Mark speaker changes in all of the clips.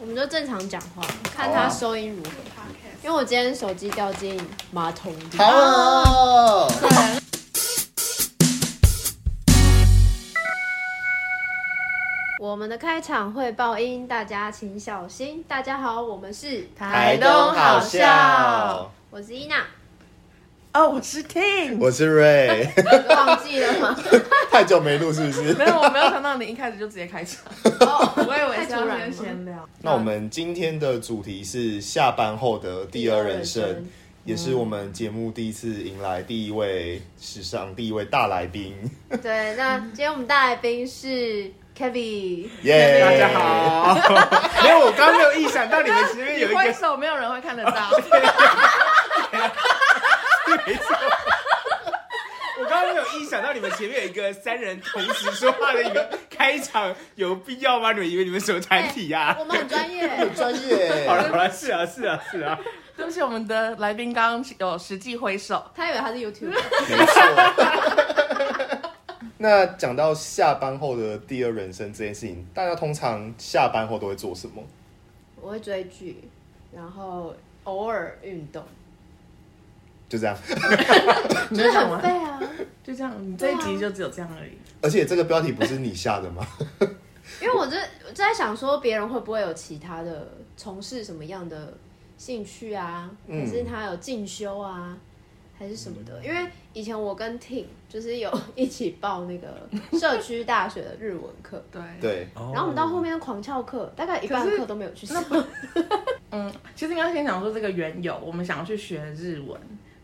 Speaker 1: 我们就正常讲话，看他收音如何。因为我今天手机掉进马桶里。
Speaker 2: 好啊了，
Speaker 1: 我们的开场会爆音，大家请小心。大家好，我们是
Speaker 2: 台东好笑，
Speaker 1: 我是伊娜，
Speaker 3: 哦，我是 Ting。
Speaker 2: 我是瑞，
Speaker 1: 忘记了 吗？
Speaker 2: 太久没录是不
Speaker 3: 没
Speaker 2: 是？
Speaker 3: 有，我没有想到你一开始就直接开场，
Speaker 1: 哦，
Speaker 3: 我以为
Speaker 1: 太
Speaker 3: 是
Speaker 1: 突
Speaker 3: 要
Speaker 1: 然
Speaker 3: 先
Speaker 1: 了吗。
Speaker 3: 闲聊。
Speaker 2: 那我们今天的主题是下班后的第二
Speaker 1: 第二
Speaker 2: 人
Speaker 1: 人
Speaker 2: 生
Speaker 1: 生，
Speaker 2: 也是我们节目第一次迎来第一位史上第一位大来宾，
Speaker 1: 对，那今天我们大来宾是 Kevin。
Speaker 2: 耶！
Speaker 4: 大家，好，没有，我刚没有意想到你们前面有一
Speaker 3: 挥
Speaker 4: 个，
Speaker 3: 手，没有人会看得到。
Speaker 4: 没错，我刚没有意想到你们前面有一个三人同时说话的一个开场，有必要吗？你们以为你们什么团体呀、
Speaker 1: 我们很专业，
Speaker 2: 专业。
Speaker 4: 好了好了，是啊是啊是啊，
Speaker 3: 对不起，我们的来宾刚刚有实际挥手。
Speaker 1: 他以为他是 YouTube。
Speaker 2: 没错。那讲到下班后的第二人生这件事情，大家通常下班后都会做什么？
Speaker 1: 我会追剧，然后偶尔运动，
Speaker 2: 就这样。
Speaker 3: 你
Speaker 1: 就是很废，啊。
Speaker 3: 就这样，你这一集就只有这样而已。
Speaker 2: 而且这个标题不是你下的吗？
Speaker 1: 因为我这我在想说，别人会不会有其他的从事什么样的兴趣啊？
Speaker 2: 嗯
Speaker 1: 还是他有进修啊？还是什么的？因为以前我跟 Ting 就是有 一起报那个社区大学的日文课，
Speaker 3: 对，
Speaker 2: 对，
Speaker 4: 然
Speaker 3: 哦
Speaker 1: 然后我们到后，面狂翘课，大概一半
Speaker 3: 可是
Speaker 1: 课都没有去上
Speaker 3: 那。嗯，其实应该先讲说这个缘由，我们想要去学日文。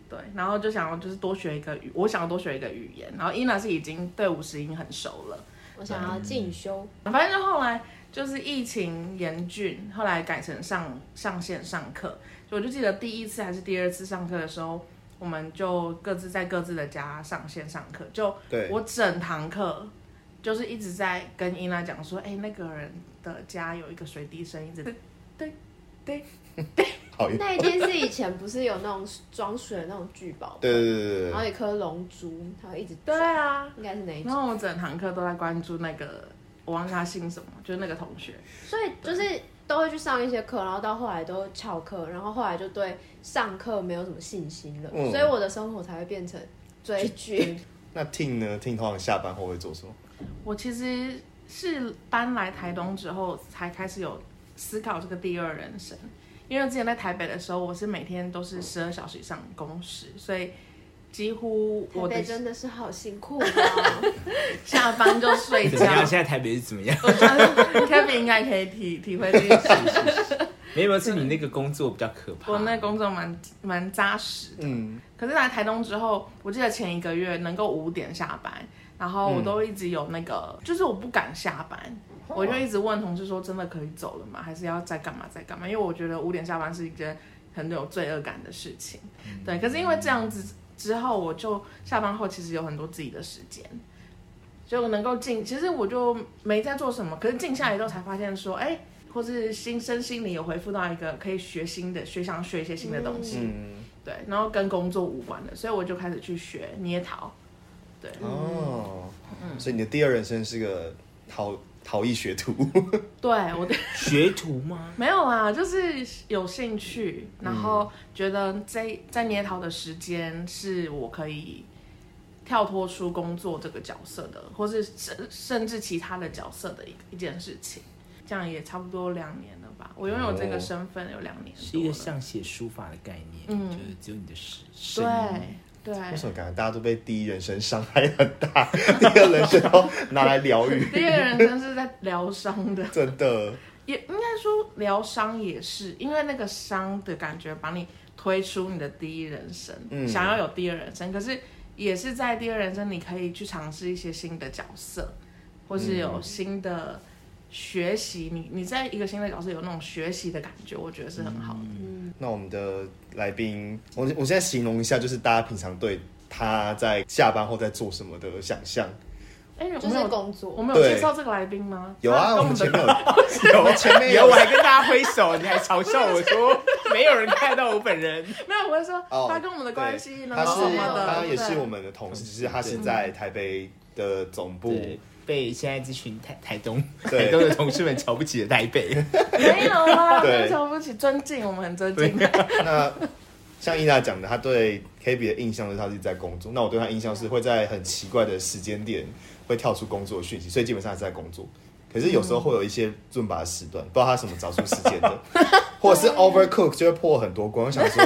Speaker 3: 对，然后就想要就是多学一个语，我想要多学一个语言。然后伊娜是已经对五十音很熟了。
Speaker 1: 我想要进修，
Speaker 3: 反正就后来就是疫情严峻，后来改成上上线上课。就我就记得第一次还是第二次上课的时候，我们就各自在各自的家上线上课。就
Speaker 2: 对
Speaker 3: 我整堂课就是一直在跟伊娜讲说，哎、那个人的家有一个水滴声，一直
Speaker 2: 好用。
Speaker 1: 那一天是以前不是有那种装水的那种聚宝，
Speaker 2: 对对对对
Speaker 1: 然后
Speaker 2: 对
Speaker 1: 有一颗龙珠，它会一直
Speaker 3: 对
Speaker 1: 转
Speaker 3: 啊。
Speaker 1: 应该是哪一
Speaker 3: 然
Speaker 1: 种？
Speaker 3: 后我整堂课都在关注那个，我忘记他姓什么，就是那个同学。
Speaker 1: 所以就是都会去上一些课，然后到后来都翘课，然后后来就对上课没有什么信心了，
Speaker 2: 嗯
Speaker 1: 所以我的生活才会变成追剧。
Speaker 2: 那 Ting 呢？Ting 通常下班后会做什么？
Speaker 3: 我其实是搬来台东之后才开始有思考这个第二人生，因为之前在台北的时候，我是每天都是十二小时以上工时，所以几乎
Speaker 1: 台
Speaker 3: 我
Speaker 1: 北
Speaker 3: 的
Speaker 1: 真的是好辛苦啊！
Speaker 3: 下班就睡
Speaker 4: 怎
Speaker 3: 觉
Speaker 4: 么。样？现在台北是怎么样？
Speaker 3: 我相信 Kevin 应该可以体体会这件事。
Speaker 4: 没有，是你那个工作比较可怕。
Speaker 3: 我那工作蛮蛮扎实的，
Speaker 2: 嗯，
Speaker 3: 可是来台东之后，我记得前一个月能够五点下班，然后我都一直有那个，就是我不敢下班，我就一直问同事说，真的可以走了吗？还是要再干嘛再干嘛？因为我觉得五点下班是一件很有罪恶感的事情，对。可是因为这样子之后，我就下班后其实有很多自己的时间。所以我能够静，其实我就没在做什么，可是静下来之后才发现说，哎、或是心身心里有回复到一个可以学新的，学想学一些新的东西，
Speaker 2: 嗯，
Speaker 3: 对，然后跟工作无关的，所以我就开始去学捏陶。对，
Speaker 2: 哦，
Speaker 3: 嗯
Speaker 2: 所以你的第二人生是个陶陶艺学徒，
Speaker 3: 哎对 我的
Speaker 4: 学徒吗？
Speaker 3: 没有啦，就是有兴趣，然后觉得在在捏陶的时间是我可以跳脱出工作这个角色的，或是甚甚至其他的角色的一一件事情。这样也差不多两年了吧，我拥有这个
Speaker 2: 哦
Speaker 3: 身份有两年
Speaker 4: 是
Speaker 3: 多
Speaker 4: 一
Speaker 3: 了。
Speaker 4: 个像写书法的概念，
Speaker 3: 嗯
Speaker 4: 就是只有你的声声音。
Speaker 3: 对对，
Speaker 2: 为什么感觉大家都被第一人生伤害很大， 第二人生要拿来疗愈？
Speaker 3: 第二人真是在疗伤的。
Speaker 2: 真的，
Speaker 3: 也应该说疗伤也是，因为那个伤的感觉把你推出你的第一人生，
Speaker 2: 嗯
Speaker 3: 想要有第二人生，可是也是在第二人生你可以去尝试一些新的角色，或是
Speaker 2: 嗯
Speaker 3: 有新的学习。你你在一个新的角色有那种学习的感觉，我觉得是很好的。
Speaker 2: 那我们的来宾，我我现在形容一下，就是大家平常对他在下班后在做什么的想象。
Speaker 3: 哎、我
Speaker 1: 就
Speaker 3: 们
Speaker 1: 是
Speaker 3: 有
Speaker 1: 工
Speaker 3: 我
Speaker 1: 作，
Speaker 3: 们有
Speaker 2: 对
Speaker 3: 介绍这个来宾吗？
Speaker 2: 有啊，
Speaker 3: 他
Speaker 2: 我
Speaker 3: 跟
Speaker 2: 们前
Speaker 3: 的
Speaker 2: 面有，我们前面
Speaker 4: 有，
Speaker 2: 有
Speaker 4: 我，还
Speaker 3: 啊
Speaker 4: 跟大家挥手，你还嘲笑我说没有人看到我本人。
Speaker 3: 没有，我会说
Speaker 2: 哦
Speaker 3: 他跟我们的关系，
Speaker 2: 对
Speaker 3: 然
Speaker 2: 他
Speaker 3: 后
Speaker 2: 是
Speaker 3: 什么的，
Speaker 2: 他也是
Speaker 3: 对嗯
Speaker 2: 我们的同事，只是他是在台北的总部
Speaker 4: 对，被现在这群台台东
Speaker 2: 对
Speaker 4: 台东的同事们瞧不起的台 北。
Speaker 3: 没有啦，
Speaker 2: 对
Speaker 3: 没有瞧不起，尊敬，我们很尊敬。
Speaker 2: 那像伊娜讲的，她对 k b 的印象就是她是在工作。那我对她印象是会在很奇怪的时间点会跳出工作的讯息，所以基本上还是在工作。可是有时候会有一些润拔的时段，不知道她什么找出时间 的，或者是 overcook 就会破很多关。我想说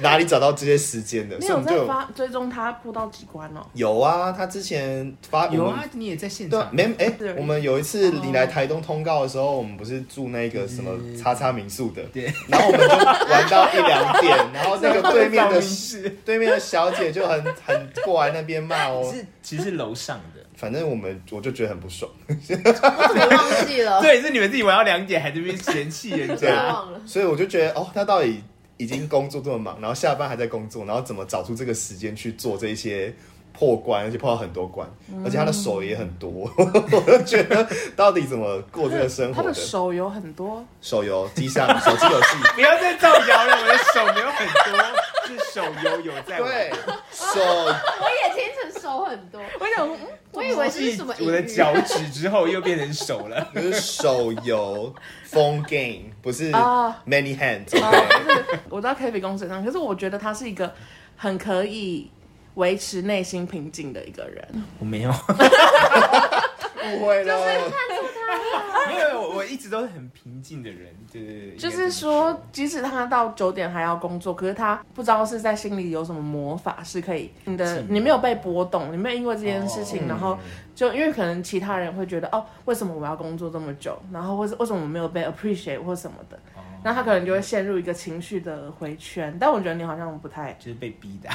Speaker 2: 哪里找到这些时间的？
Speaker 3: 你
Speaker 2: 所以我
Speaker 3: 有
Speaker 2: 们就
Speaker 3: 在
Speaker 2: 有
Speaker 3: 发追踪他破到几关哦？
Speaker 2: 有啊，她之前发
Speaker 4: 有
Speaker 2: 我们
Speaker 4: 啊，你也在现
Speaker 2: 对啊，
Speaker 4: 场。
Speaker 2: 没哎、
Speaker 3: 对
Speaker 2: 我们有一次
Speaker 4: 哦
Speaker 2: 你来台东通告的时候，我们不是住那个什么叉叉民宿的，
Speaker 4: 对，啊
Speaker 2: 然后我们就玩到一两点，然后那个对 面的
Speaker 4: 是
Speaker 2: 对面的小姐就很 很过来那边骂哦，
Speaker 4: 是其实是楼上的，
Speaker 2: 反正我们我就觉得很不爽，
Speaker 1: 我怎么忘记了？
Speaker 4: 对，是你们自己玩到两点还在那边嫌弃人
Speaker 1: 对
Speaker 4: 家。
Speaker 1: 忘了。
Speaker 2: 所以我就觉得哦，她到底已经工作这么忙，然后下班还在工作，然后怎么找出这个时间去做这一些破关，而且破到很多关，而且她的手也很多，我就觉得到底怎么过这个生
Speaker 3: 他
Speaker 2: 活
Speaker 3: 的手有很多，
Speaker 2: 手游、机上手机游戏。
Speaker 4: 不要再造谣了，我的手没有很多，是手游有在玩。
Speaker 2: 对，手。
Speaker 1: 我也听成手很多，
Speaker 3: 我想说，嗯，
Speaker 1: 我以为是
Speaker 4: 继
Speaker 1: 什么隐喻
Speaker 4: 我的脚趾之后又变成手了
Speaker 2: 就是手游 phone game，不是
Speaker 3: 啊
Speaker 2: many hands。
Speaker 3: 我知道 k a v i 公司上，可是我觉得他是一个很可以维持内心平静的一个人。
Speaker 4: 我 没有，
Speaker 2: 误会了，
Speaker 4: 没 有，我我一直都是很平静的人，对对对。
Speaker 3: 就是说，即使他到九点还要工作，可是他不知道是在心里有什么魔法是可以你的，
Speaker 4: 静的
Speaker 3: 你没有被波动，你没有因为这件事情，
Speaker 4: 哦
Speaker 3: 然后就因为可能其他人会觉得哦，为什么我要工作这么久，然后为什为什么我没有被 appreciate 或什么的，
Speaker 4: 哦
Speaker 3: 那他可能就会陷入一个情绪的回圈。但我觉得你好像不太，
Speaker 4: 就是被逼的，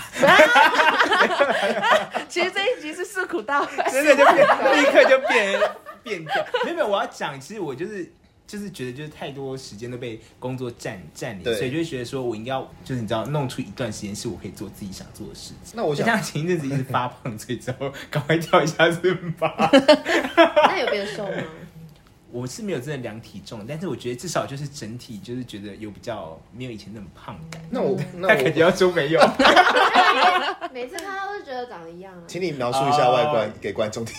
Speaker 3: 其实这一集是诉苦大会，
Speaker 4: 真的就变， 立刻就变变掉。没有没有，我要讲，其实我就是就是觉得就是太多时间都被工作占占领，
Speaker 2: 对
Speaker 4: 所以就会觉得说我应该要就是你知道弄出一段时间是我可以做自己想做的事情。
Speaker 2: 那我
Speaker 4: 就
Speaker 2: 想
Speaker 4: 像前一阵子一直发胖，所以之后 赶快跳一下尊巴。
Speaker 1: 那有变瘦吗？
Speaker 4: 我是没有真的量体重，但是我觉得至少就是整体就是觉得有比较没有以前那么胖感。
Speaker 2: 那我那
Speaker 4: 但嗯肯定
Speaker 2: 我，
Speaker 4: 要说 没有，
Speaker 1: 每次看到都觉得长得一样啊，
Speaker 2: 请你描述一下外观
Speaker 4: 哦
Speaker 2: 给观众听。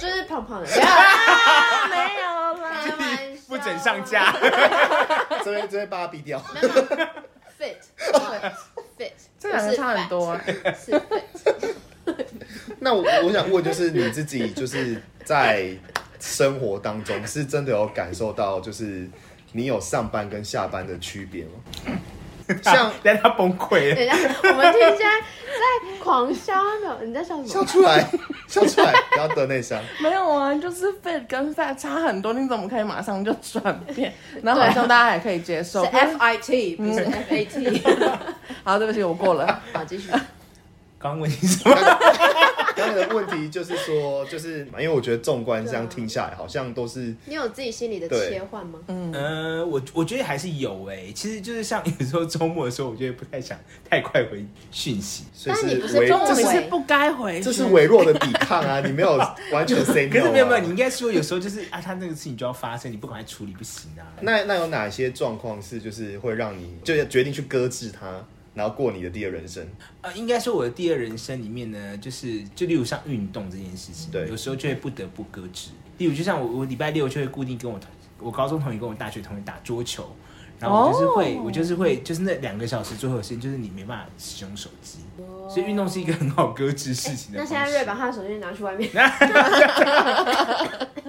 Speaker 1: 就是胖胖的，没有啊啦，啊
Speaker 3: 没有啦。
Speaker 1: 开玩笑
Speaker 4: 不准上架。哦
Speaker 2: 这边这边把它逼掉。
Speaker 1: 没有没有啊 fit not fit，
Speaker 3: 这两个差很多，啊欸
Speaker 1: 不是 fat，是 fit。
Speaker 2: 那我我想问，就是你自己就是在生活当中是真的有感受到，就是你有上班跟下班的区别吗？像呃
Speaker 4: 但他崩溃了，
Speaker 1: 等一下，我们听起来在狂笑呢，你在笑什
Speaker 2: 笑
Speaker 1: 么？
Speaker 2: 出来，哎笑出来，不要得内伤。
Speaker 3: 没有啊，就是 fit 跟 fat 差很多，你怎么可以马上就转变？然后好像大家还可以接
Speaker 1: 是哎
Speaker 3: 受。
Speaker 1: F I T，不是 F A T。
Speaker 3: 好，对不起，我过了。
Speaker 1: 好，继续。
Speaker 4: 刚问你什么？
Speaker 2: 刚刚的问题就是说，就是因为我觉得纵观这样听下来，好像都是
Speaker 1: 你有自己心里的
Speaker 2: 对
Speaker 1: 切换吗？
Speaker 4: 呃，我我觉得还是有哎、其实就是像有时候周末的时候，我觉得不太想太快回讯息，
Speaker 2: 所以
Speaker 1: 但你不是
Speaker 2: 微，
Speaker 1: 中午
Speaker 2: 这
Speaker 3: 你
Speaker 2: 是
Speaker 3: 是不该回去，
Speaker 2: 这是微弱的抵抗啊，你没有完全 say
Speaker 4: 可
Speaker 2: no
Speaker 4: 是
Speaker 2: 啊
Speaker 4: 没有没有，你应该说有时候就是啊，他那个事情就要发生，你不赶快处理不行啊。
Speaker 2: 那那有哪些状况是就是会让你就决定去搁置它，然后过你的第二人生？
Speaker 4: 呃，应该说我的第二人生里面呢，就是就例如像运动这件事情，
Speaker 2: 对
Speaker 4: 有时候就会不得不搁置。例如，就像我我礼拜六就会固定跟我同我高中同学跟我大学同学打桌球，然后我就是会、我就是会就是那两个小时最后的时间，就是你没办法使用手机，所以运动是一个很好搁置事情的
Speaker 1: 哎那
Speaker 4: 方式。
Speaker 1: 现在啊瑞把他的手机拿去外面，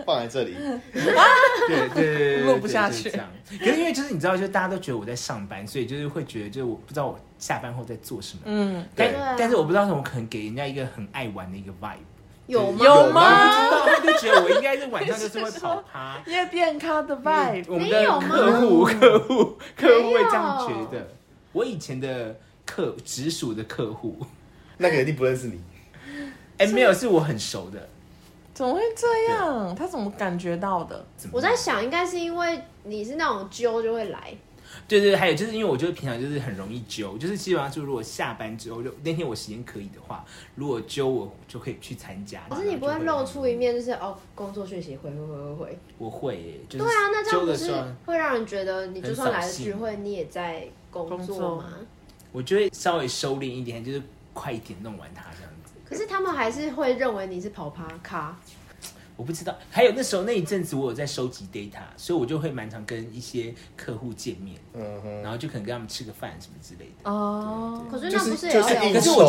Speaker 2: 放在 这里，
Speaker 4: 对对对，
Speaker 3: 录不下去
Speaker 4: 对对对这样。可是因为就是你知道，就大家都觉得我在上班，所以就是会觉得，就是我不知道我下班后在做什么。
Speaker 3: 嗯，
Speaker 2: 对
Speaker 1: 对啊
Speaker 4: 但但是我不知道为什么，我可能给人家一个很爱玩的一个 vibe。
Speaker 1: 有吗？
Speaker 3: 有
Speaker 4: 我
Speaker 3: 吗？
Speaker 4: 不知道，他就觉得我应该是晚上就是会跑趴。嗯
Speaker 3: 夜店咖的 vibe，
Speaker 4: 我们
Speaker 1: 没
Speaker 4: 的
Speaker 1: 有吗
Speaker 4: 客户客户客户
Speaker 1: 没
Speaker 4: 会
Speaker 1: 有
Speaker 4: 这样觉得。我以前的客直属的客户，
Speaker 2: 那个一定不认识你。
Speaker 4: 哎、没有，是我很熟的。
Speaker 3: 怎么会这样？他怎么感觉到的？
Speaker 4: 怎么
Speaker 1: 我在想，应该是因为你是那种揪就会来，
Speaker 4: 对对，对还有就是因为我就是平常就是很容易揪，就是基本上就如果下班之后，就那天我时间可以的话，如果揪我就可以去参加。
Speaker 1: 可是你不会
Speaker 4: 然后就
Speaker 1: 露出一面就是哦，工作讯息回回回回回。
Speaker 4: 我会耶，就是
Speaker 1: 对啊，那这样
Speaker 4: 揪
Speaker 1: 不
Speaker 4: 的时
Speaker 1: 是
Speaker 4: 候，
Speaker 1: 会让人觉得你就算来了聚
Speaker 4: 很扫
Speaker 1: 会，你也在工作吗？
Speaker 4: 我就会稍微收敛一点，就是快一点弄完它这样子。
Speaker 1: 可是他们还是会认为你是跑趴咖，
Speaker 4: 我不知道。还有那时候那一阵子，我有在收集 data，所以我就会蛮常跟一些客户见面，
Speaker 2: 嗯哼，
Speaker 4: 然后就可能跟他们吃个饭什么之类的。
Speaker 3: 哦
Speaker 1: 可是
Speaker 2: 就
Speaker 1: 那
Speaker 2: 是
Speaker 1: 不是也
Speaker 2: 就
Speaker 1: 要
Speaker 2: 是
Speaker 1: 聊
Speaker 2: 应
Speaker 4: 可
Speaker 1: 吗
Speaker 4: 是我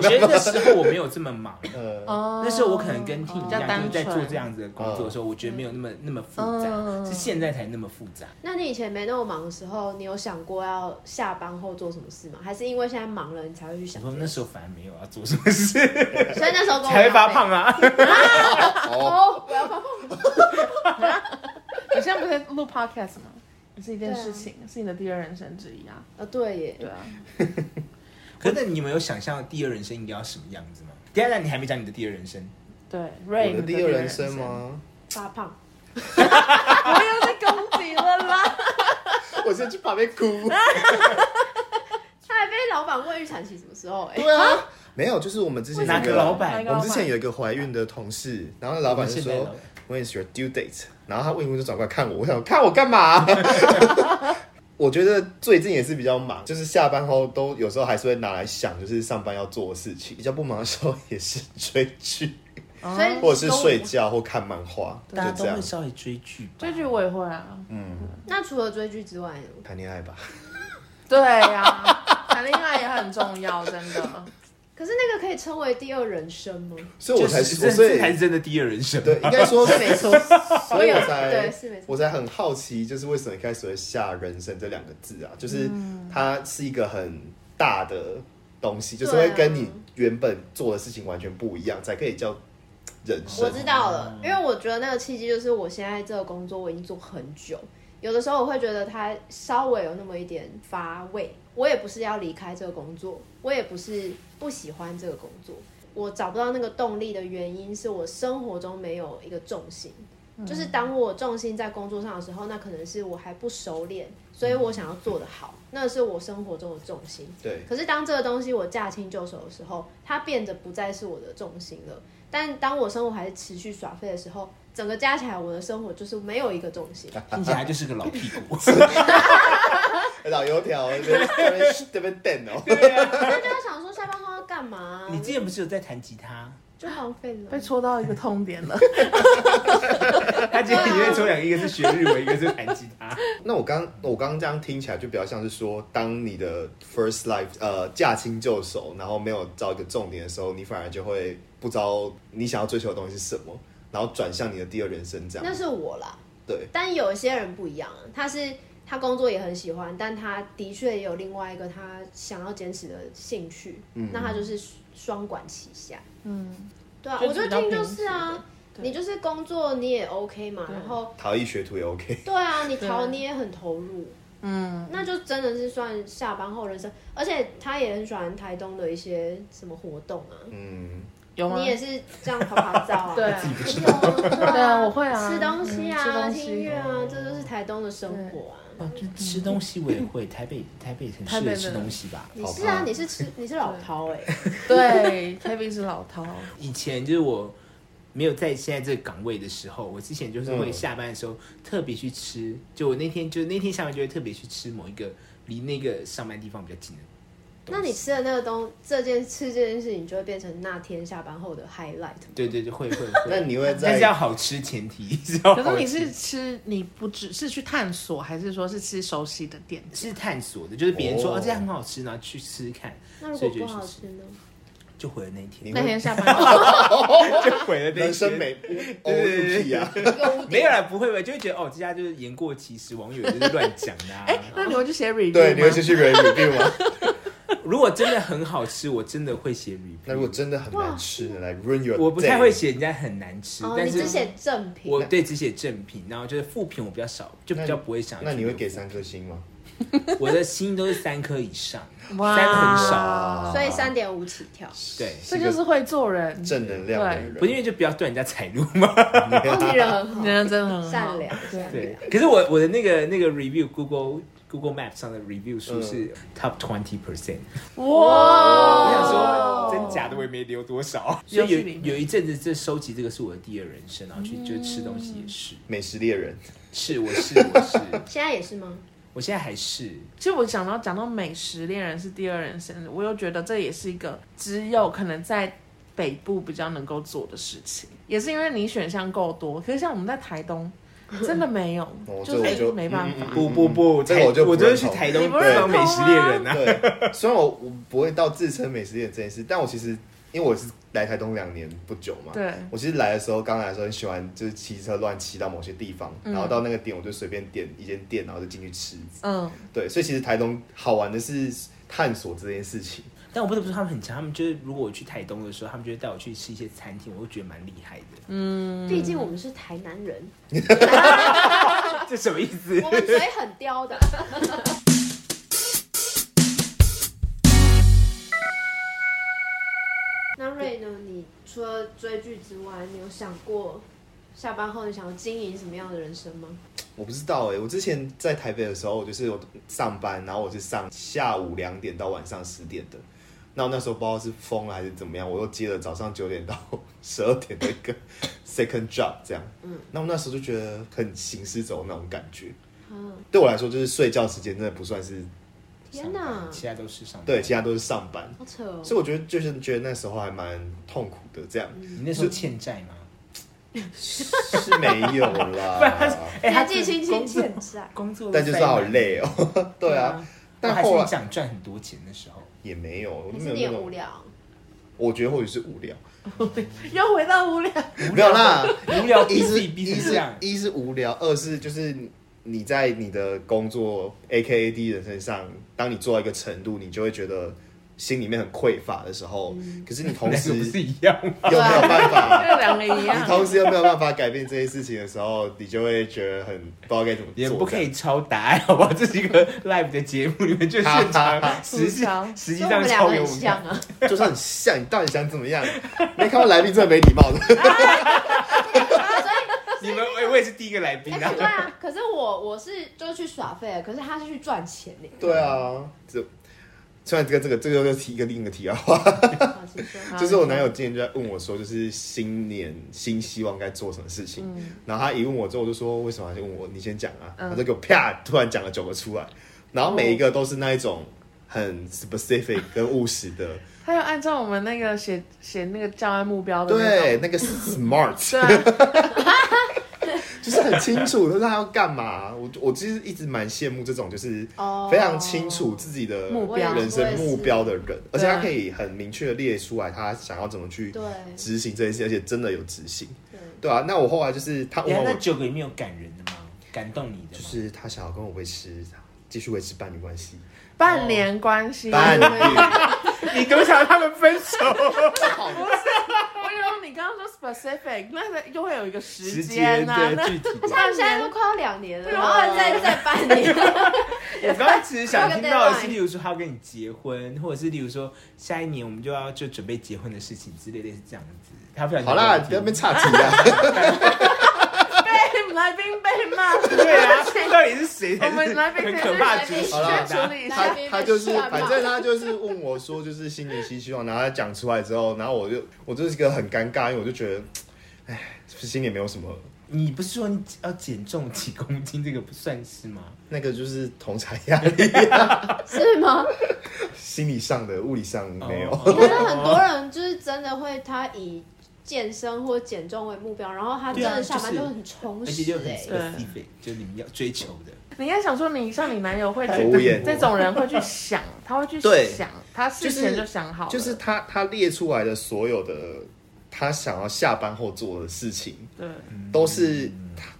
Speaker 4: 觉
Speaker 2: 手啊
Speaker 4: 得没有没有没有，我
Speaker 2: 怎么样
Speaker 4: 觉得那时候我没有这么忙。
Speaker 2: 呃，
Speaker 1: 哦
Speaker 4: 那时候我可能跟 Tim
Speaker 1: 哦
Speaker 4: 一
Speaker 3: 较单
Speaker 4: 样，就是在做
Speaker 3: 纯
Speaker 4: 这样子的工作的时候，我觉得没有那么那么复
Speaker 1: 嗯
Speaker 4: 杂，是现在才那么复杂。
Speaker 1: 那你以前没那么忙的时候，你有想过要下班后做什么事吗？还是因为现在忙了，你才会去
Speaker 4: 我
Speaker 1: 想这
Speaker 4: 说
Speaker 1: 个？
Speaker 4: 那时候反而没有要做什么
Speaker 3: 啊
Speaker 4: 事，
Speaker 1: 所以那时候跟我
Speaker 4: 才会发
Speaker 1: 浪
Speaker 4: 胖啊。
Speaker 1: 费。
Speaker 2: 哦，
Speaker 1: 哦，我要发胖。
Speaker 3: 你现在不是在录 podcast 吗？也是一件
Speaker 1: 对啊
Speaker 3: 事情，是你的第二人生之一啊。
Speaker 1: 啊，对耶，
Speaker 3: 对啊，
Speaker 4: 可是你们有想象第二人生应该要什么样子吗？等一下，你还没讲你的第二人生，
Speaker 3: 对，Ray
Speaker 2: 我的第二人生？ 吗？
Speaker 1: 发胖。
Speaker 3: 不要再攻击了啦！
Speaker 2: 我先去旁边 哭。
Speaker 1: 他还被老板问预产期什么时候？哎，
Speaker 2: 对啊，没有，就是我们之前
Speaker 4: 哪
Speaker 2: 有
Speaker 4: 个老板
Speaker 3: 哪个
Speaker 2: 我
Speaker 3: 老
Speaker 2: 们之前有一个怀孕的同事，然后那老板就
Speaker 4: 我们现在
Speaker 2: 说
Speaker 4: 老板
Speaker 2: ：“When is your due date？” 然后他问一问就转过来看我，我想看我干嘛？ 我觉得最近也是比较忙，就是下班后都有时候还是会拿来想，就是上班要做的事情。比较不忙的时候也是追剧，
Speaker 3: 嗯
Speaker 1: 所以
Speaker 2: 或者是睡觉或看漫画，就
Speaker 4: 大家都
Speaker 2: 这样
Speaker 4: 会。稍微追剧吧。
Speaker 3: 追剧我也会啊。
Speaker 2: 嗯
Speaker 1: 那除了追剧之外呢，
Speaker 2: 谈恋爱吧，
Speaker 3: 对呀，谈恋爱也很重要，真的。
Speaker 1: 可是那个可以称为第二人生吗？
Speaker 2: 所以我才
Speaker 4: 就是
Speaker 2: 我
Speaker 4: 这
Speaker 2: 所以
Speaker 4: 这才是真的第二人生。
Speaker 2: 对，应该 说
Speaker 1: 没错，
Speaker 2: 所以我
Speaker 1: 对
Speaker 2: 才
Speaker 1: 是没错
Speaker 2: 我才很好奇，就是为什么一开始会下“人生”这两个字啊？就是
Speaker 1: 嗯
Speaker 2: 它是一个很大的东西，就是
Speaker 1: 啊
Speaker 2: 会跟你原本做的事情完全不一样，才可以叫人生
Speaker 1: 我。知道了，因为我觉得那个契机就是我现在这个工作我已经做很久，有的时候我会觉得它稍微有那么一点乏味。我也不是要离开这个工作，我也不是不喜欢这个工作，我找不到那个动力的原因是我生活中没有一个重心。就是当我重心在工作上的时候，那可能是我还不熟练，所以我想要做得好，那是我生活中的重心。
Speaker 2: 对，
Speaker 1: 可是当这个东西我驾轻就熟的时候，它变得不再是我的重心了。但当我生活还是持续耍废的时候，整个加起来我的生活就是没有一个重心。
Speaker 3: 啊
Speaker 4: 啊听起来就是个老屁 股。
Speaker 2: 啊老油条这边这边这边瞪哦，
Speaker 1: 那就要想说下班后要干嘛、
Speaker 4: 你之前不是有在弹吉他？
Speaker 1: 就浪费了
Speaker 3: 被。戳到一个痛点了，
Speaker 4: 他今天里面抽两个，一个是学日文，一个是弹吉他。
Speaker 2: 那我刚我刚刚这样听起来就比较像是说，当你的 first life 呃驾轻就熟，然后没有找一个重点的时候，你反而就会不知道你想要追求的东西是什么，然后转向你的第二人生这
Speaker 1: 那
Speaker 2: 样。
Speaker 1: 是我啦，
Speaker 2: 对，
Speaker 1: 但有一些人不一样啊，他是他工作也很喜欢，但他的确也有另外一个他想要坚持的兴趣，那他就是双管齐下。
Speaker 3: 嗯，
Speaker 1: 对啊，
Speaker 3: 就
Speaker 1: 我就
Speaker 3: 比较
Speaker 1: 听就
Speaker 3: 平
Speaker 1: 是
Speaker 3: 时
Speaker 1: 啊
Speaker 3: 的，对
Speaker 1: 你就是工作你也 OK 嘛，
Speaker 3: 对
Speaker 1: 然后
Speaker 2: 逃逸学徒也 OK。
Speaker 1: 对啊，你
Speaker 3: 对
Speaker 1: 逃你也很投入，
Speaker 3: 嗯，
Speaker 1: 那就真的是算下班后人生。而且他也很喜欢台东的一些什么活动啊，
Speaker 2: 嗯，
Speaker 3: 有吗
Speaker 1: 你？也是这样拍拍照啊，
Speaker 3: 对
Speaker 1: 哎呦对
Speaker 3: 对啊我会啊
Speaker 1: 吃东西
Speaker 3: 嗯吃
Speaker 1: 啊，
Speaker 3: 东西
Speaker 1: 听音乐啊，这就是台东的生活啊。
Speaker 4: 哦，就吃东西我也会，台北台北很
Speaker 3: 台
Speaker 4: 适
Speaker 3: 北
Speaker 4: 合
Speaker 3: 的
Speaker 4: 吃东西吧。
Speaker 1: 你是
Speaker 2: 好
Speaker 1: 啊，
Speaker 2: 吧
Speaker 1: 你是吃你是老饕哎，
Speaker 3: 对 k v 是老饕，
Speaker 4: 以前就是我没有在现在这个岗位的时候，我之前就是会
Speaker 2: 嗯
Speaker 4: 下班的时候特别去吃，就我那天就那天下班就会特别去吃某一个离那个上班地方比较近的东西。
Speaker 1: 那你吃的那个东这件吃这件事情就会变成那天下班后的 highlight。
Speaker 4: 对对对会 会
Speaker 2: 那
Speaker 4: 会，
Speaker 2: 你会
Speaker 4: 但
Speaker 2: 在
Speaker 4: 是要好吃前提， 是要好
Speaker 3: 可
Speaker 4: 吃
Speaker 3: 是你是吃你不只是去探索，还是说是吃熟悉的店？
Speaker 4: 是探索的，就是别人说
Speaker 2: 哦
Speaker 4: 哦这家很好吃，然后去吃吃看，
Speaker 1: 那如
Speaker 4: 所
Speaker 1: 果
Speaker 4: 以就
Speaker 1: 不
Speaker 4: 去
Speaker 1: 好
Speaker 4: 吃
Speaker 1: 吃呢？
Speaker 4: 就毁了那一天，
Speaker 2: 你
Speaker 3: 那天 下班
Speaker 4: 就毁了那一天
Speaker 2: 人生 美 O
Speaker 4: 对
Speaker 2: U P 啊？
Speaker 1: 一个污
Speaker 4: 没有
Speaker 1: 点。
Speaker 4: 啦，不会吧？就会觉得哦，这家就是言过其实，网友也是乱讲 的、啊。
Speaker 3: 哎、那你会去写 review
Speaker 2: 对，
Speaker 3: 吗
Speaker 2: 你会继续 review 吗？
Speaker 4: 如果真的很好吃，我真的会写 review。
Speaker 2: 那如果真的很难吃呢？来 run your，
Speaker 4: 我不太
Speaker 2: day
Speaker 4: 会。写人家很难吃，
Speaker 1: 哦，
Speaker 4: 但
Speaker 1: 你
Speaker 4: 是
Speaker 1: 只写正品。啊
Speaker 4: 我对只写正品，然后就是负评我比较少，就比较不会想去
Speaker 2: 那
Speaker 4: 留。
Speaker 2: 你会给三颗星吗？
Speaker 4: 我的心都是三颗以上，
Speaker 3: 哇
Speaker 4: 三很少。
Speaker 2: 啊
Speaker 1: 所以三点五起跳。
Speaker 4: 对，
Speaker 3: 这就是会做人，
Speaker 2: 正能量的
Speaker 4: 不
Speaker 2: 人，
Speaker 4: 是因为就不要断人家财路嘛。
Speaker 1: 哦，你人很好，
Speaker 3: 人真的很好
Speaker 1: 善良，
Speaker 3: 对
Speaker 1: 善
Speaker 4: 对
Speaker 1: 良。，
Speaker 4: 可是我我的那个那个 review Google Google Map 上的 review 数是
Speaker 2: 嗯
Speaker 4: top twenty percent。我
Speaker 3: 哦
Speaker 4: 想
Speaker 3: 哇
Speaker 4: 说，真假的我也没留多少，所
Speaker 3: 游
Speaker 4: 以
Speaker 3: 戏里面
Speaker 4: 有有一阵子这收集这个是我的第二人生，然后去就吃东西也是，
Speaker 2: 美食猎 人，，
Speaker 4: 是我是我是，
Speaker 1: 现在也是吗？
Speaker 4: 我现在还是
Speaker 3: 其实我讲到讲到美食恋人是第二人生，我又觉得这也是一个只有可能在北部比较能够做的事情，也是因为你选项够多。可是像我们在台东，真的没有
Speaker 2: 哦这
Speaker 3: 就
Speaker 2: 我
Speaker 3: 是
Speaker 2: 就
Speaker 3: 没办法。
Speaker 4: 不不不，
Speaker 2: 这个我就
Speaker 4: 嗯台
Speaker 2: 不
Speaker 4: 我就是
Speaker 2: 认
Speaker 4: 去
Speaker 2: 同
Speaker 4: 台
Speaker 3: 你
Speaker 4: 东
Speaker 3: 不认
Speaker 4: 当
Speaker 3: 同
Speaker 4: 美食
Speaker 3: 吗
Speaker 4: 猎人啊。
Speaker 2: 对，虽然我我不会到自称美食业这件事，但我其实因为我是来台东两年不久 嘛，
Speaker 3: 对
Speaker 2: 哦我嗯其实来的时候，刚来的时候很喜欢就是骑车乱骑到某些地方，
Speaker 4: 嗯
Speaker 2: 然后到那个点我就随便点一间店，然后就进去吃。
Speaker 3: 嗯，
Speaker 2: 对，所以其实台东好玩的是探索这件事情。
Speaker 4: 但我不得不说他们很强，他们就是如果我去台东的时候，他们就会带我去吃一些餐厅，我会觉得蛮厉害
Speaker 1: 嗯
Speaker 4: 的。
Speaker 1: 毕竟我们是台南人，
Speaker 4: 这什么意思
Speaker 1: 我？们嘴很刁的。 那瑞呢？你除了追剧之外，你有想过下班后你想要经营什么样的人生吗？
Speaker 2: 我不知道哎、我之前在台北的时候，我就是我上班，然后我是上下午两点到晚上十点的。那我那时候不知道是疯了还是怎么样，我又接了早上九点到 十二点的一个 second job 这样。嗯，那我那时候就觉得很行尸走肉那种感觉。
Speaker 1: 啊，
Speaker 2: 对我来说，就是睡觉时间真的不算是
Speaker 1: 天哪，
Speaker 4: 其他都是上班
Speaker 2: 对，其他都是上班，
Speaker 1: 好扯哦！
Speaker 2: 所以我觉得就是觉得那时候还蛮痛苦的这样。
Speaker 4: 你那时候欠债吗？
Speaker 2: 是没有啦，
Speaker 4: 哎
Speaker 1: 年
Speaker 4: 他
Speaker 1: 纪轻轻欠债，
Speaker 4: 工作，
Speaker 2: 但就是好。累哦。 对啊，，但
Speaker 4: 但还是
Speaker 2: 后来
Speaker 4: 你想赚很多钱的时候，
Speaker 2: 也没有，我
Speaker 1: 还
Speaker 2: 就是没
Speaker 1: 你
Speaker 2: 有
Speaker 1: 也
Speaker 2: 那
Speaker 1: 无
Speaker 2: 种。
Speaker 1: 聊？
Speaker 2: 我觉得或许是无聊，
Speaker 3: 又回到无聊。
Speaker 2: 没有 啦。
Speaker 4: 无聊逼
Speaker 2: 一
Speaker 4: 自
Speaker 2: 是
Speaker 4: 己逼
Speaker 2: 一
Speaker 4: 成这
Speaker 2: 是
Speaker 4: 样。
Speaker 2: 一是无聊，二是就是你在你的工作 A K A D 人身上，当你做到一个程度，你就会觉得心里面很匮乏的时候，可是你 同时 又没
Speaker 4: 两个不是一样吗？
Speaker 2: 有办法。
Speaker 3: 这两个 一
Speaker 2: 你
Speaker 3: 样，
Speaker 2: 同时又没有办法改变这些事情的时候，你就会觉得很不知道该怎么做。
Speaker 4: 也不可以抄答案，好不好？这是一 个 live 的节目，你们就现
Speaker 2: 哈哈哈
Speaker 4: 场实际
Speaker 3: 互相
Speaker 4: 实际
Speaker 1: 所以我
Speaker 4: 上
Speaker 1: 们两
Speaker 4: 抄
Speaker 1: 个
Speaker 4: 给
Speaker 1: 很
Speaker 4: 我们看
Speaker 1: 像。啊，
Speaker 2: 这样，就算很像，你到底想怎么样？没看过来宾真的没礼貌的。
Speaker 4: 你们，哎，我也是第一个来宾
Speaker 1: 哎，
Speaker 4: 啊
Speaker 1: 奇。怪啊！可是我我是就是去耍废了，可是他是去赚钱呢。
Speaker 2: 对啊，这虽然这个这个这个又提一个另一个题啊，
Speaker 1: 好奇怪
Speaker 3: 好
Speaker 2: 就是我男友今天就在问我说，就是新年新希望该做什么事情。然后他一问我之后，我就说为什么？他就问我你先讲啊。
Speaker 3: 嗯
Speaker 2: 他就给我啪突然讲了九个出来，然后每一个都是那一种很 specific 跟务实 的，
Speaker 3: 他要按照我们那个写写那个教案目标的那
Speaker 2: 对
Speaker 3: 种，，
Speaker 2: 那个 smart。
Speaker 3: 对啊，
Speaker 2: 就是很清楚，就是他要干嘛。我我其实一直蛮羡慕这种就是
Speaker 1: 哦
Speaker 2: 非常清楚自己的
Speaker 3: 目标
Speaker 2: 人生目标的人，而且他可以很明确的列出来他想要怎么去
Speaker 1: 对
Speaker 2: 执行这件事，而且真的有执行，
Speaker 1: 对
Speaker 2: 对啊。那我后来就是他
Speaker 4: 你
Speaker 2: 问
Speaker 4: 看
Speaker 2: 我
Speaker 4: 哎那，九个里面有感人的吗？感动你的
Speaker 2: 就
Speaker 4: 吗？
Speaker 2: 是他想要跟我维持继续维持伴侣关系，
Speaker 3: 半年 关系，
Speaker 2: 伴侣
Speaker 4: 你多想他们分手？
Speaker 3: 我以为你刚刚说 specific，那个又会有一个时
Speaker 4: 时
Speaker 3: 间
Speaker 4: 间
Speaker 3: 啊，
Speaker 4: 对
Speaker 3: 那
Speaker 4: 具体。
Speaker 1: 他们现在都快要两年了，哦
Speaker 3: 对
Speaker 1: 然
Speaker 3: 啊
Speaker 1: 后再再半年，
Speaker 4: 我刚刚其实想听到的是，例如说他要跟你结婚，或者是例如说下一年我们就要就准备结婚的事情之类类似这样子。他不想
Speaker 2: 好啦，
Speaker 4: 听
Speaker 2: 不要被岔题啊。
Speaker 3: 被来宾被骂，
Speaker 4: 对 啊，到底是谁才
Speaker 3: 我们
Speaker 4: 是
Speaker 3: 来宾
Speaker 4: 很可怕的
Speaker 1: 谁
Speaker 4: 主
Speaker 1: 是
Speaker 4: 持
Speaker 2: 好啦
Speaker 4: 人
Speaker 3: 先
Speaker 4: 啊
Speaker 3: 处？理一
Speaker 2: 他
Speaker 3: 下。
Speaker 2: 他就是，
Speaker 1: 下面被
Speaker 2: 反正他就是问我说，就是新年新希望，然后他讲出来之后，然后我就我就是一个很尴尬，因为我就觉得，哎，心里没有什么
Speaker 4: 你不是说你要减重几公斤，这个不算是吗？
Speaker 2: 那个就是同侪压力，
Speaker 1: 是 吗？
Speaker 2: 心理上的、物理上没有。
Speaker 4: 哦
Speaker 1: 可是很多人就是真的会，他以健身或减重为目标，然后他
Speaker 2: 啊
Speaker 1: 真的下班就很充
Speaker 4: 而且就
Speaker 1: 实
Speaker 4: 很
Speaker 1: 哎、
Speaker 3: 对
Speaker 4: specific，就是你们要追求的。
Speaker 3: 你应该想说，你像你男友会
Speaker 2: 太无
Speaker 3: 去
Speaker 2: 言，
Speaker 3: 这种人会去想，他会去
Speaker 2: 对
Speaker 3: 想，他事前就想好了，
Speaker 2: 就是他他列出来的所有的他想要下班后做的事情，
Speaker 3: 对，嗯
Speaker 2: 都是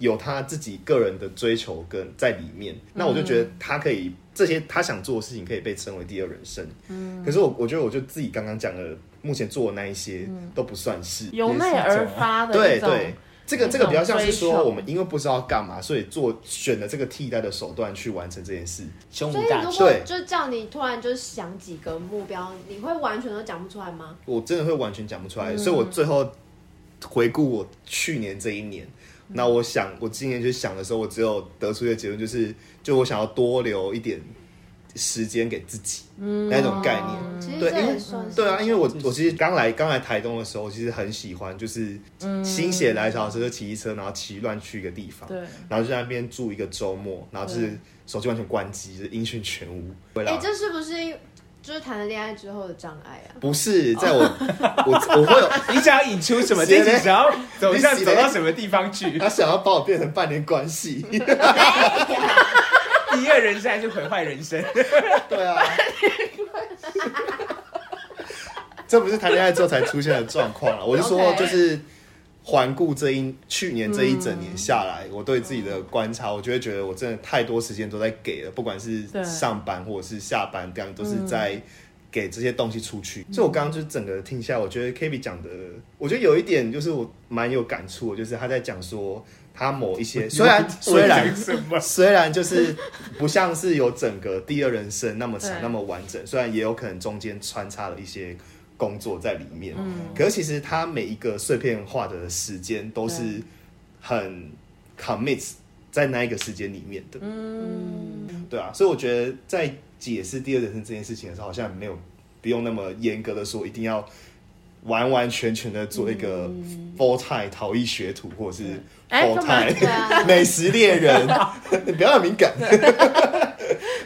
Speaker 2: 有他自己个人的追求跟在里面。那我就觉得他可以这些他想做的事情可以被称为第二人生。
Speaker 3: 嗯
Speaker 2: 可是我我觉得我就自己刚刚讲的，目前做的那一些都不算是。
Speaker 3: 由内而发嗯的
Speaker 2: 对
Speaker 3: 一种。
Speaker 2: 对，这个
Speaker 3: 一
Speaker 2: 这个比较
Speaker 3: 种
Speaker 2: 像是
Speaker 3: 追
Speaker 2: 说，
Speaker 3: 求
Speaker 2: 我们因为不知道干嘛，所以做选了这个替代的手段去完成这件事。
Speaker 4: 胸
Speaker 1: 所
Speaker 4: 无
Speaker 1: 以
Speaker 4: 大
Speaker 1: 如
Speaker 4: 志，
Speaker 1: 果
Speaker 2: 对
Speaker 1: 就叫你突然就想几个目标，你会完全都讲不出来吗？
Speaker 2: 我真的会完全讲不出来，所以我最后回顾我去年这一年，那我想我今年去想的时候，我只有得出一个结论，就是就我想要多留一点时间给自己，那种概念。
Speaker 1: 哦其实
Speaker 2: 对
Speaker 1: 这
Speaker 2: 因为
Speaker 1: 也算是
Speaker 2: 对啊，因为我我其实刚来刚来台东的时候，我其实很喜欢，就是心血来潮的时候就骑机车，然后骑乱去一个地方，
Speaker 3: 对
Speaker 2: 然后就在那边住一个周末，然后就是手机完全关机，就是音讯全无。回
Speaker 1: 哎、
Speaker 2: 来
Speaker 1: 这是不是就是谈了恋爱之后的障碍啊。
Speaker 2: 不是在我 我我会有，
Speaker 4: 你想要引出什么？这一集想要走向
Speaker 2: 你洗嘞
Speaker 4: 走到什么地方 去？
Speaker 2: 他想要把我变成半年关系，
Speaker 4: 第二人生还是毁坏人生？
Speaker 2: 对啊，这不是谈恋爱之后才出现的状况啊了。我是说，
Speaker 1: OK
Speaker 2: 就是环顾这一去年这一整年下来，我对自己的观察，我就会觉得我真的太多时间都在给了，不管是
Speaker 3: 对
Speaker 2: 上班或者是下班，这样都是在给这些东西出去。所以我刚刚就是整个听下来，我觉得 k b 讲的，我觉得有一点就是我蛮有感触的，就是他在讲说。他某一些虽然虽然
Speaker 4: 什 么？
Speaker 2: 虽然就是不像是有整个第二人生那么长
Speaker 3: 对
Speaker 2: 那么完整，虽然也有可能中间穿插了一些工作在里面，
Speaker 3: 嗯
Speaker 2: 可是其实它每一个碎片化的时间都是很 commit 在那一个时间里面的，
Speaker 1: 嗯，
Speaker 2: 对啊，所以我觉得在解释第二人生这件事情的时候，好像没有不用那么严格的说一定要完完全全的做一个 full time 逃逸学徒，或者是
Speaker 3: 嗯哎
Speaker 2: full
Speaker 3: 干嘛
Speaker 2: time、
Speaker 1: 对啊
Speaker 2: 美食猎人， 你不要 敏感，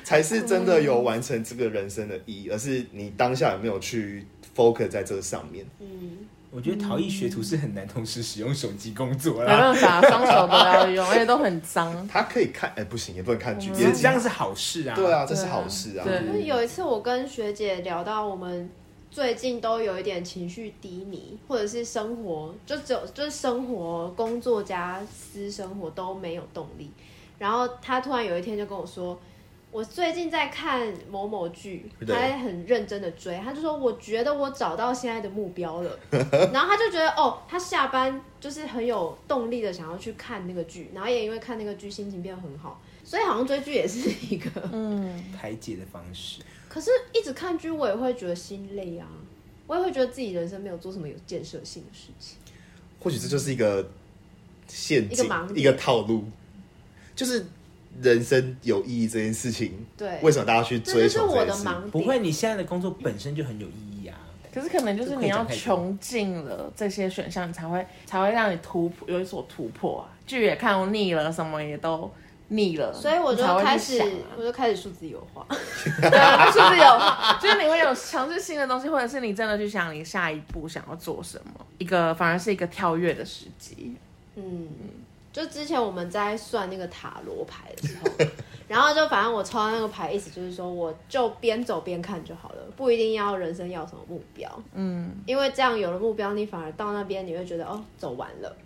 Speaker 2: 才是真的有完成这个人生的意义，而是你当下有没有去 focus 在这上面。
Speaker 1: 嗯，
Speaker 4: 我觉得逃逸学徒是很难同时使用手机工作
Speaker 3: 没
Speaker 2: 啊
Speaker 4: 啦。
Speaker 3: 办法，双手都要用，而且都很脏。
Speaker 2: 他可以看，哎、不行，也不能看剧，
Speaker 3: 嗯
Speaker 4: 也
Speaker 2: 也
Speaker 4: 这样是好事啊。
Speaker 2: 对，啊，这是好事啊。
Speaker 3: 对
Speaker 1: 就是有一次我跟学姐聊到我们。最近都有一点情绪低迷，或者是生活就只有就是生活、工作加私生活都没有动力。然后她突然有一天就跟我说：“我最近在看某某剧，
Speaker 2: 对
Speaker 1: 他很认真的追，他就说我觉得我找到现在的目标了，然后他就觉得哦，他下班就是很有动力的想要去看那个剧，然后也因为看那个剧心情变得很好，所以好像追剧也是一个，
Speaker 3: 嗯，
Speaker 4: 排解的方式。
Speaker 1: 可是一直看剧我也会觉得心累啊，我也会觉得自己人生没有做什么有建设性的事情，
Speaker 2: 或许这就是一个陷阱
Speaker 1: 一个盲，点
Speaker 2: 一个套路，就是人生有意义这件事情，
Speaker 1: 对，
Speaker 2: 为什么大家去
Speaker 1: 这就
Speaker 2: 追
Speaker 1: 是
Speaker 2: 求
Speaker 1: 我
Speaker 2: 这
Speaker 1: 的
Speaker 2: 件事？
Speaker 1: 盲点，
Speaker 4: 不会，你现在的工作本身就很有意义啊。
Speaker 3: 可是可能就是你要穷尽了这些选项，你才会才会让你突破有所突破啊。剧也看腻了，什么也都腻了，
Speaker 1: 所以我就
Speaker 3: 你才会去
Speaker 1: 开始、
Speaker 3: 想啊
Speaker 1: 我就开始数字油 画，
Speaker 3: 对啊，就是不是有， 就是你会有尝试新的东西，或者是你真的去想你下一步想要做什么，一个反而是一个跳跃的时机。
Speaker 1: 嗯，就之前我们在算那个塔罗牌的时候，然后就反正我抽到那个牌，意思就是说，我就边走边看就好了，不一定要人生要什么目标，
Speaker 3: 嗯，
Speaker 1: 因为这样有了目标，你反而到那边你会觉得哦，走完了。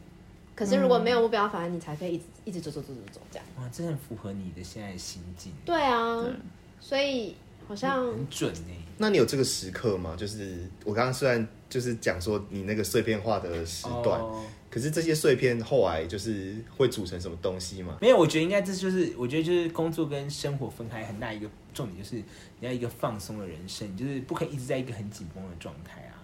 Speaker 1: 可是如果没有目标，反而你才可以一直一直走走走走走这样。
Speaker 4: 哇，这很符合你的现在的心境，
Speaker 1: 对啊，
Speaker 3: 对
Speaker 1: 所以好像
Speaker 4: 很准呢。
Speaker 2: 那你有这个时刻吗？就是我刚刚虽然就是讲说你那个碎片化的时段，
Speaker 4: 哦
Speaker 2: 可是这些碎片后来就是会组成什么东西吗？
Speaker 4: 没有，我觉得应该这就是，我觉得就是工作跟生活分开很大一个重点，就是你要一个放松的人生，你就是不可以一直在一个很紧绷的状态啊。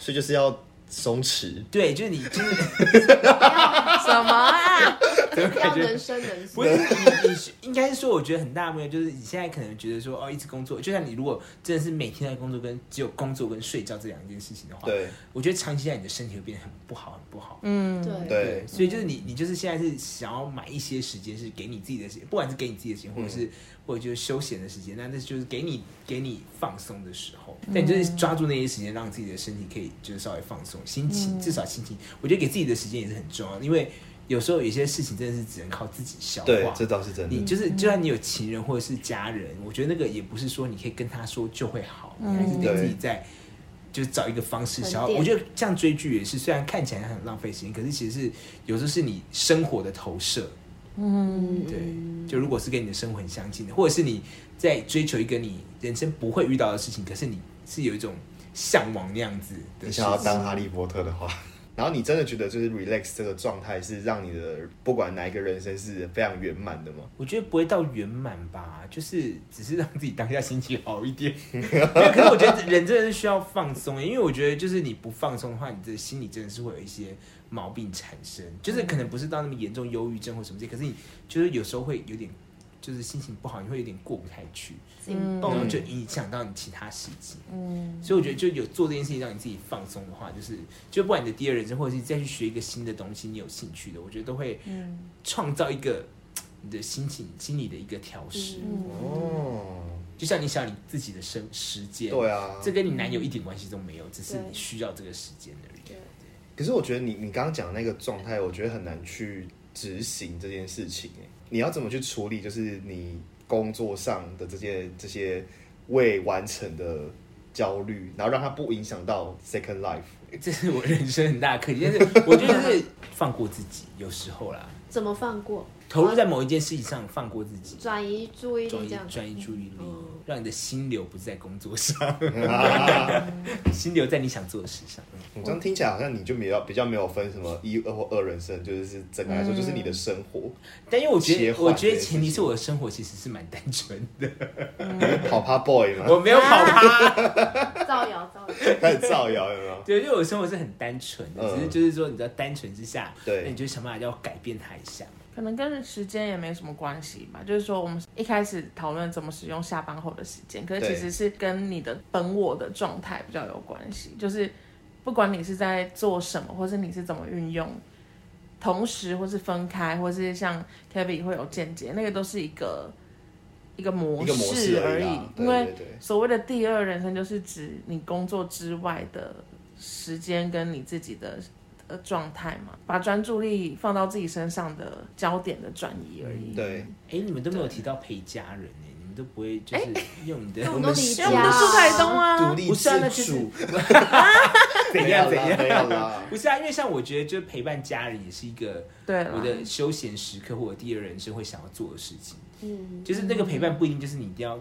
Speaker 2: 所以就是要松弛。
Speaker 4: 对，就是你就是
Speaker 3: 什么啊？
Speaker 1: 要能生能死
Speaker 4: 不。是你，你是应该是说，我觉得很大的目标就是你现在可能觉得说，哦，一直工作，就像你如果真的是每天在工作跟只有工作跟睡觉这两件事情的话，，
Speaker 2: 对
Speaker 4: 我觉得长期下来你的身体会变得很不好，很不好。
Speaker 3: 嗯，
Speaker 1: 对
Speaker 2: 对，
Speaker 4: 所以就是你，你就是现在是想要买一些时间是给你自己的时间，不管是给你自己的时间，或者
Speaker 2: 嗯
Speaker 4: 是、或者就是休闲的时间，那那就是给你给你放松的时候。但你就是抓住那些时间，让自己的身体可以就是稍微放松，心情、至少心情，我觉得给自己的时间也是很重要，因为有时候有些事情真的是只能靠自己消化。
Speaker 2: 对，这倒是真
Speaker 4: 你
Speaker 2: 的。
Speaker 4: 就是，就算你有情人或者是家人，我觉得那个也不是说你可以跟他说就会好，你还是得自己在，就是找一个方式消
Speaker 1: 嗯沉
Speaker 4: 耗。
Speaker 1: 淀
Speaker 4: 我觉得像追剧也是，虽然看起来很浪费时间，可是其实是有时候是你生活的投射。
Speaker 1: 嗯
Speaker 4: 对，就如果是跟你的生活很相近的，或者是你在追求一个你人生不会遇到的事情，可是你是有一种向往那样子的
Speaker 2: 你
Speaker 4: 事
Speaker 2: 想要
Speaker 4: 情
Speaker 2: 当哈利波特的话， 然后你真的觉得就是 relax 这个状态是让你的不管哪一个人生是非常圆满的吗？
Speaker 4: 我觉得不会到圆满吧，就是只是让自己当下心情好一点。没有可是我觉得人真的是需要放松，欸因为我觉得就是你不放松的话，你的心里真的是会有一些毛病产生，就是可能不是到那么严重忧郁症或什么之类，可是你就是有时候会有点。就是心情不好，你会有点过不太去，
Speaker 1: 紧
Speaker 4: 然
Speaker 1: 绷
Speaker 4: 后就影响到你其他事情。
Speaker 3: 嗯，
Speaker 4: 所以我觉得，就有做这件事情让你自己放松的话，就是就不管你的第二人生，或者是再去学一个新的东西，你有兴趣的，我觉得都会
Speaker 3: 嗯
Speaker 4: 创造一个你的心情、心理的一个调试。
Speaker 1: 嗯
Speaker 2: 哦，
Speaker 4: 就像你想你自己的生时间，
Speaker 2: 对啊，
Speaker 4: 这跟你男友一点关系都没有，只是
Speaker 1: 对
Speaker 4: 你需要这个时间而已。
Speaker 2: 可是我觉得你你刚刚讲的那个状态，我觉得很难去执行这件事情。哎，你要怎么去处理？就是你工作上的这些这些未完成的焦虑，然后让它不影响到 second life。
Speaker 4: 这是我人生很大的课题，但是我觉得是放过自己，有时候啦，
Speaker 1: 怎么放过？
Speaker 4: 投入在某一件事情上，放过自己，
Speaker 1: 转移注意
Speaker 4: 转
Speaker 1: 力
Speaker 4: 移
Speaker 1: 这样。
Speaker 4: 转移注意力
Speaker 1: 嗯，
Speaker 4: 让你的心流不是在工作上， 心流在你想做的事上。
Speaker 2: 我这样听起来好像你就比较比较没有分什么一二或二人生，就是整个来
Speaker 3: 嗯
Speaker 2: 说就是你的生活，
Speaker 4: 但因为我觉
Speaker 2: 切
Speaker 4: 得，
Speaker 2: 换欸
Speaker 4: 我觉得前提是我的生活其实是蛮单纯 的，
Speaker 2: 跑趴 boy 嘛，
Speaker 4: 我没 有跑趴，
Speaker 1: 造谣造谣。
Speaker 2: 开始造谣有没有？
Speaker 4: 对，因为我的生活是很单纯的，只是
Speaker 2: 嗯
Speaker 4: 就是说，你知道单纯之下，
Speaker 2: 对
Speaker 4: 那你就想办法要改变它一下。
Speaker 3: 可能跟时间也没什么关系吧。就是说，我们一开始讨论怎么使用下班后的时间，可是
Speaker 2: 对
Speaker 3: 其实是跟你的本我的状态比较有关系。就是不管你是在做什么，或是你是怎么运用，同时或是分开，或是像 Kevin 会有间接，那个都是一个一个模
Speaker 2: 一个模式
Speaker 3: 而
Speaker 2: 而
Speaker 3: 已
Speaker 2: 已啊。对
Speaker 3: 因为
Speaker 2: 对对
Speaker 3: 所谓的第二人生，就是指你工作之外的时间跟你自己的呃状态嘛，把专注力放到自己身上的焦点的转移而已。
Speaker 2: 对，
Speaker 4: 哎，你们都没有提到陪家人呢，你们都不会就是用你的
Speaker 1: 那我
Speaker 4: 我
Speaker 1: 们
Speaker 4: 们
Speaker 1: 都离
Speaker 4: 是
Speaker 1: 家
Speaker 3: 因为我们都住台东
Speaker 2: 独
Speaker 3: 啊，
Speaker 2: 立
Speaker 4: 不是啊那
Speaker 2: 自
Speaker 4: 就是
Speaker 2: 主，
Speaker 4: 怎样
Speaker 2: 没
Speaker 4: 怎
Speaker 2: 有啦没有
Speaker 4: 样。
Speaker 2: 啦，
Speaker 4: 不是啊，因为像我觉得，就是陪伴家人也是一个
Speaker 3: 对啦
Speaker 4: 我的休闲时刻或者第二人生会想要做的事情。
Speaker 1: 嗯，
Speaker 4: 就是那个陪伴不一定就是你一定要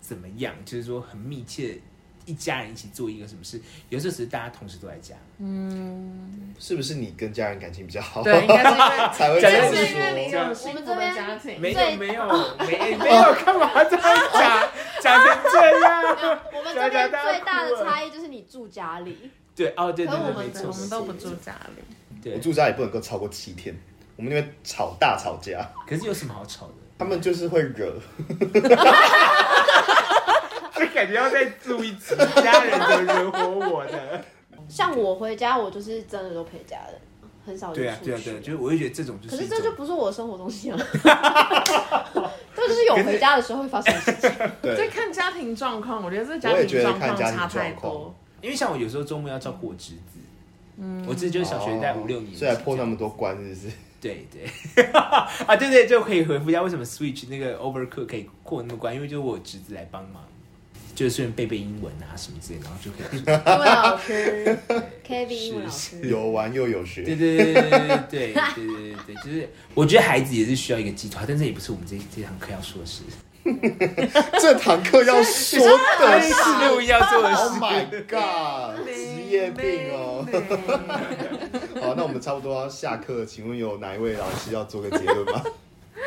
Speaker 4: 怎么样，就是说很密切，一家人一起做一个什么事，有时候只是大家同时都在家，
Speaker 2: 是不是你跟家人感情比较好？
Speaker 3: 对，应该是因为。
Speaker 2: 才会这
Speaker 4: 讲
Speaker 2: 样
Speaker 4: 得
Speaker 1: 是因为
Speaker 2: 说
Speaker 1: 没。有幸福的家
Speaker 3: 庭
Speaker 4: 没
Speaker 1: 对
Speaker 4: 有没有
Speaker 1: 哦
Speaker 4: 没没有干嘛这样讲讲成这样？
Speaker 1: 我们这边最大的差异就是你住家里，
Speaker 4: 对哦对
Speaker 1: 可
Speaker 4: 对
Speaker 1: 是我
Speaker 4: 对，
Speaker 1: 们
Speaker 4: 没
Speaker 1: 我
Speaker 3: 我
Speaker 4: 错
Speaker 3: 们
Speaker 1: 们，
Speaker 3: 都
Speaker 1: 都
Speaker 3: 不
Speaker 1: 不
Speaker 3: 住
Speaker 1: 住
Speaker 3: 家里，
Speaker 4: 对
Speaker 2: 我。住家也不能够超过七天，我们那边吵大吵架，
Speaker 4: 可是有什么好吵的？
Speaker 2: 他们就是会惹。
Speaker 4: 这感觉要再住一集，家人怎么惹火我呢？
Speaker 1: 像我回家，我就是真的都陪家人，很少就
Speaker 4: 对啊
Speaker 1: 出
Speaker 4: 对啊
Speaker 1: 去
Speaker 4: 对啊，就是我会觉得这种就
Speaker 1: 可
Speaker 4: 是
Speaker 1: 是
Speaker 4: 一种
Speaker 1: 这就不是我的生活东西啊，这就是有回家的时候会发生的事情。
Speaker 3: 这
Speaker 2: 对，
Speaker 3: 看家庭状况，我觉得这
Speaker 2: 我
Speaker 3: 家
Speaker 2: 也
Speaker 3: 庭
Speaker 2: 觉得
Speaker 3: 状
Speaker 2: 看
Speaker 3: 况
Speaker 2: 家庭
Speaker 3: 差太
Speaker 2: 状况
Speaker 3: 多。
Speaker 4: 因为像我有时候周末要照顾我侄子，嗯，我侄子就是小学在五六年级这
Speaker 2: 哦虽
Speaker 4: 样，
Speaker 2: 然破那么多关，是不是？
Speaker 4: 对对， 啊对对，就可以回复一下为什么 Switch 那个 Overcook 可以过那么关，因为就是我侄子来帮忙，就是顺便背背英文啊什么之类的，然后就可以做。
Speaker 1: 英文老师，Kevin
Speaker 4: 是
Speaker 1: 英文老
Speaker 4: 是
Speaker 1: 师，
Speaker 2: 有玩又有
Speaker 4: 对
Speaker 2: 学，
Speaker 4: 对对对对对对对对对，就是我觉得孩子也是需要一个寄托，但这也不是我们这这堂课要说的事，
Speaker 2: 这堂课要说 的是
Speaker 4: 是六一要做的
Speaker 2: Oh
Speaker 4: 事。
Speaker 2: my god，职业病哦。好，那我们差不多要下课，请问有哪一位老师要做个结论吗？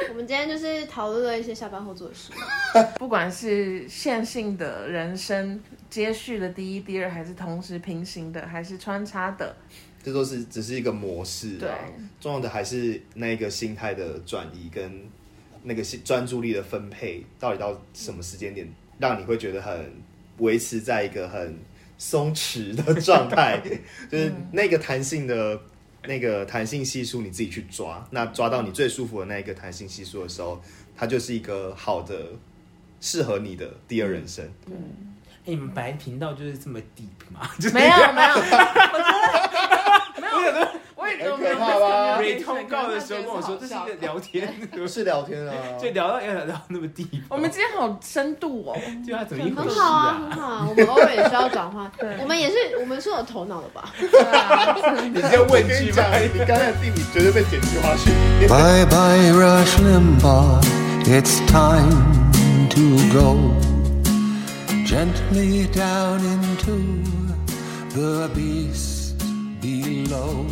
Speaker 1: 我们今天就是讨论了一些下班后做的事。
Speaker 4: 啊
Speaker 3: 不管是线性的人生接续的第一、第二，还是同时平行的，还是穿插的，
Speaker 2: 这都是只是一个模式、啊，
Speaker 3: 对
Speaker 2: 重要的还是那个心态的转移跟那个心专注力的分配，到底到什么时间点，让你会觉得很维持在一个很松弛的状态，就是那个弹性的那个弹性系数你自己去抓，那抓到你最舒服的那一个弹性系数的时候，它就是一个好的适合你的第二人生。
Speaker 4: 哎，你们本来频道就是这么 deep 嘛，就是
Speaker 3: 没有没 有，我觉得没有，我也觉得我没有
Speaker 2: 很可怕吧
Speaker 4: Ray 通告的时候跟我说这是一个聊天，
Speaker 2: 是聊天啊，
Speaker 4: 就聊到要聊到那么 deep，
Speaker 3: 我们今天好深度哦，
Speaker 4: 对啊，怎么一回
Speaker 1: 很
Speaker 4: 事
Speaker 1: 好啊，很
Speaker 4: 啊？
Speaker 1: 好啊，我们偶尔也需要转换
Speaker 3: 对。
Speaker 1: 我们也是，我们是有头脑的吧？
Speaker 3: 对啊，
Speaker 4: 你这样
Speaker 2: 我
Speaker 4: 问
Speaker 2: 跟你
Speaker 4: 句
Speaker 2: 讲
Speaker 4: 吧。，
Speaker 2: 你刚才的地你绝对被剪辑花絮。
Speaker 5: Bye bye, Rush Limbaugh. It's time to go gently down into the beast below.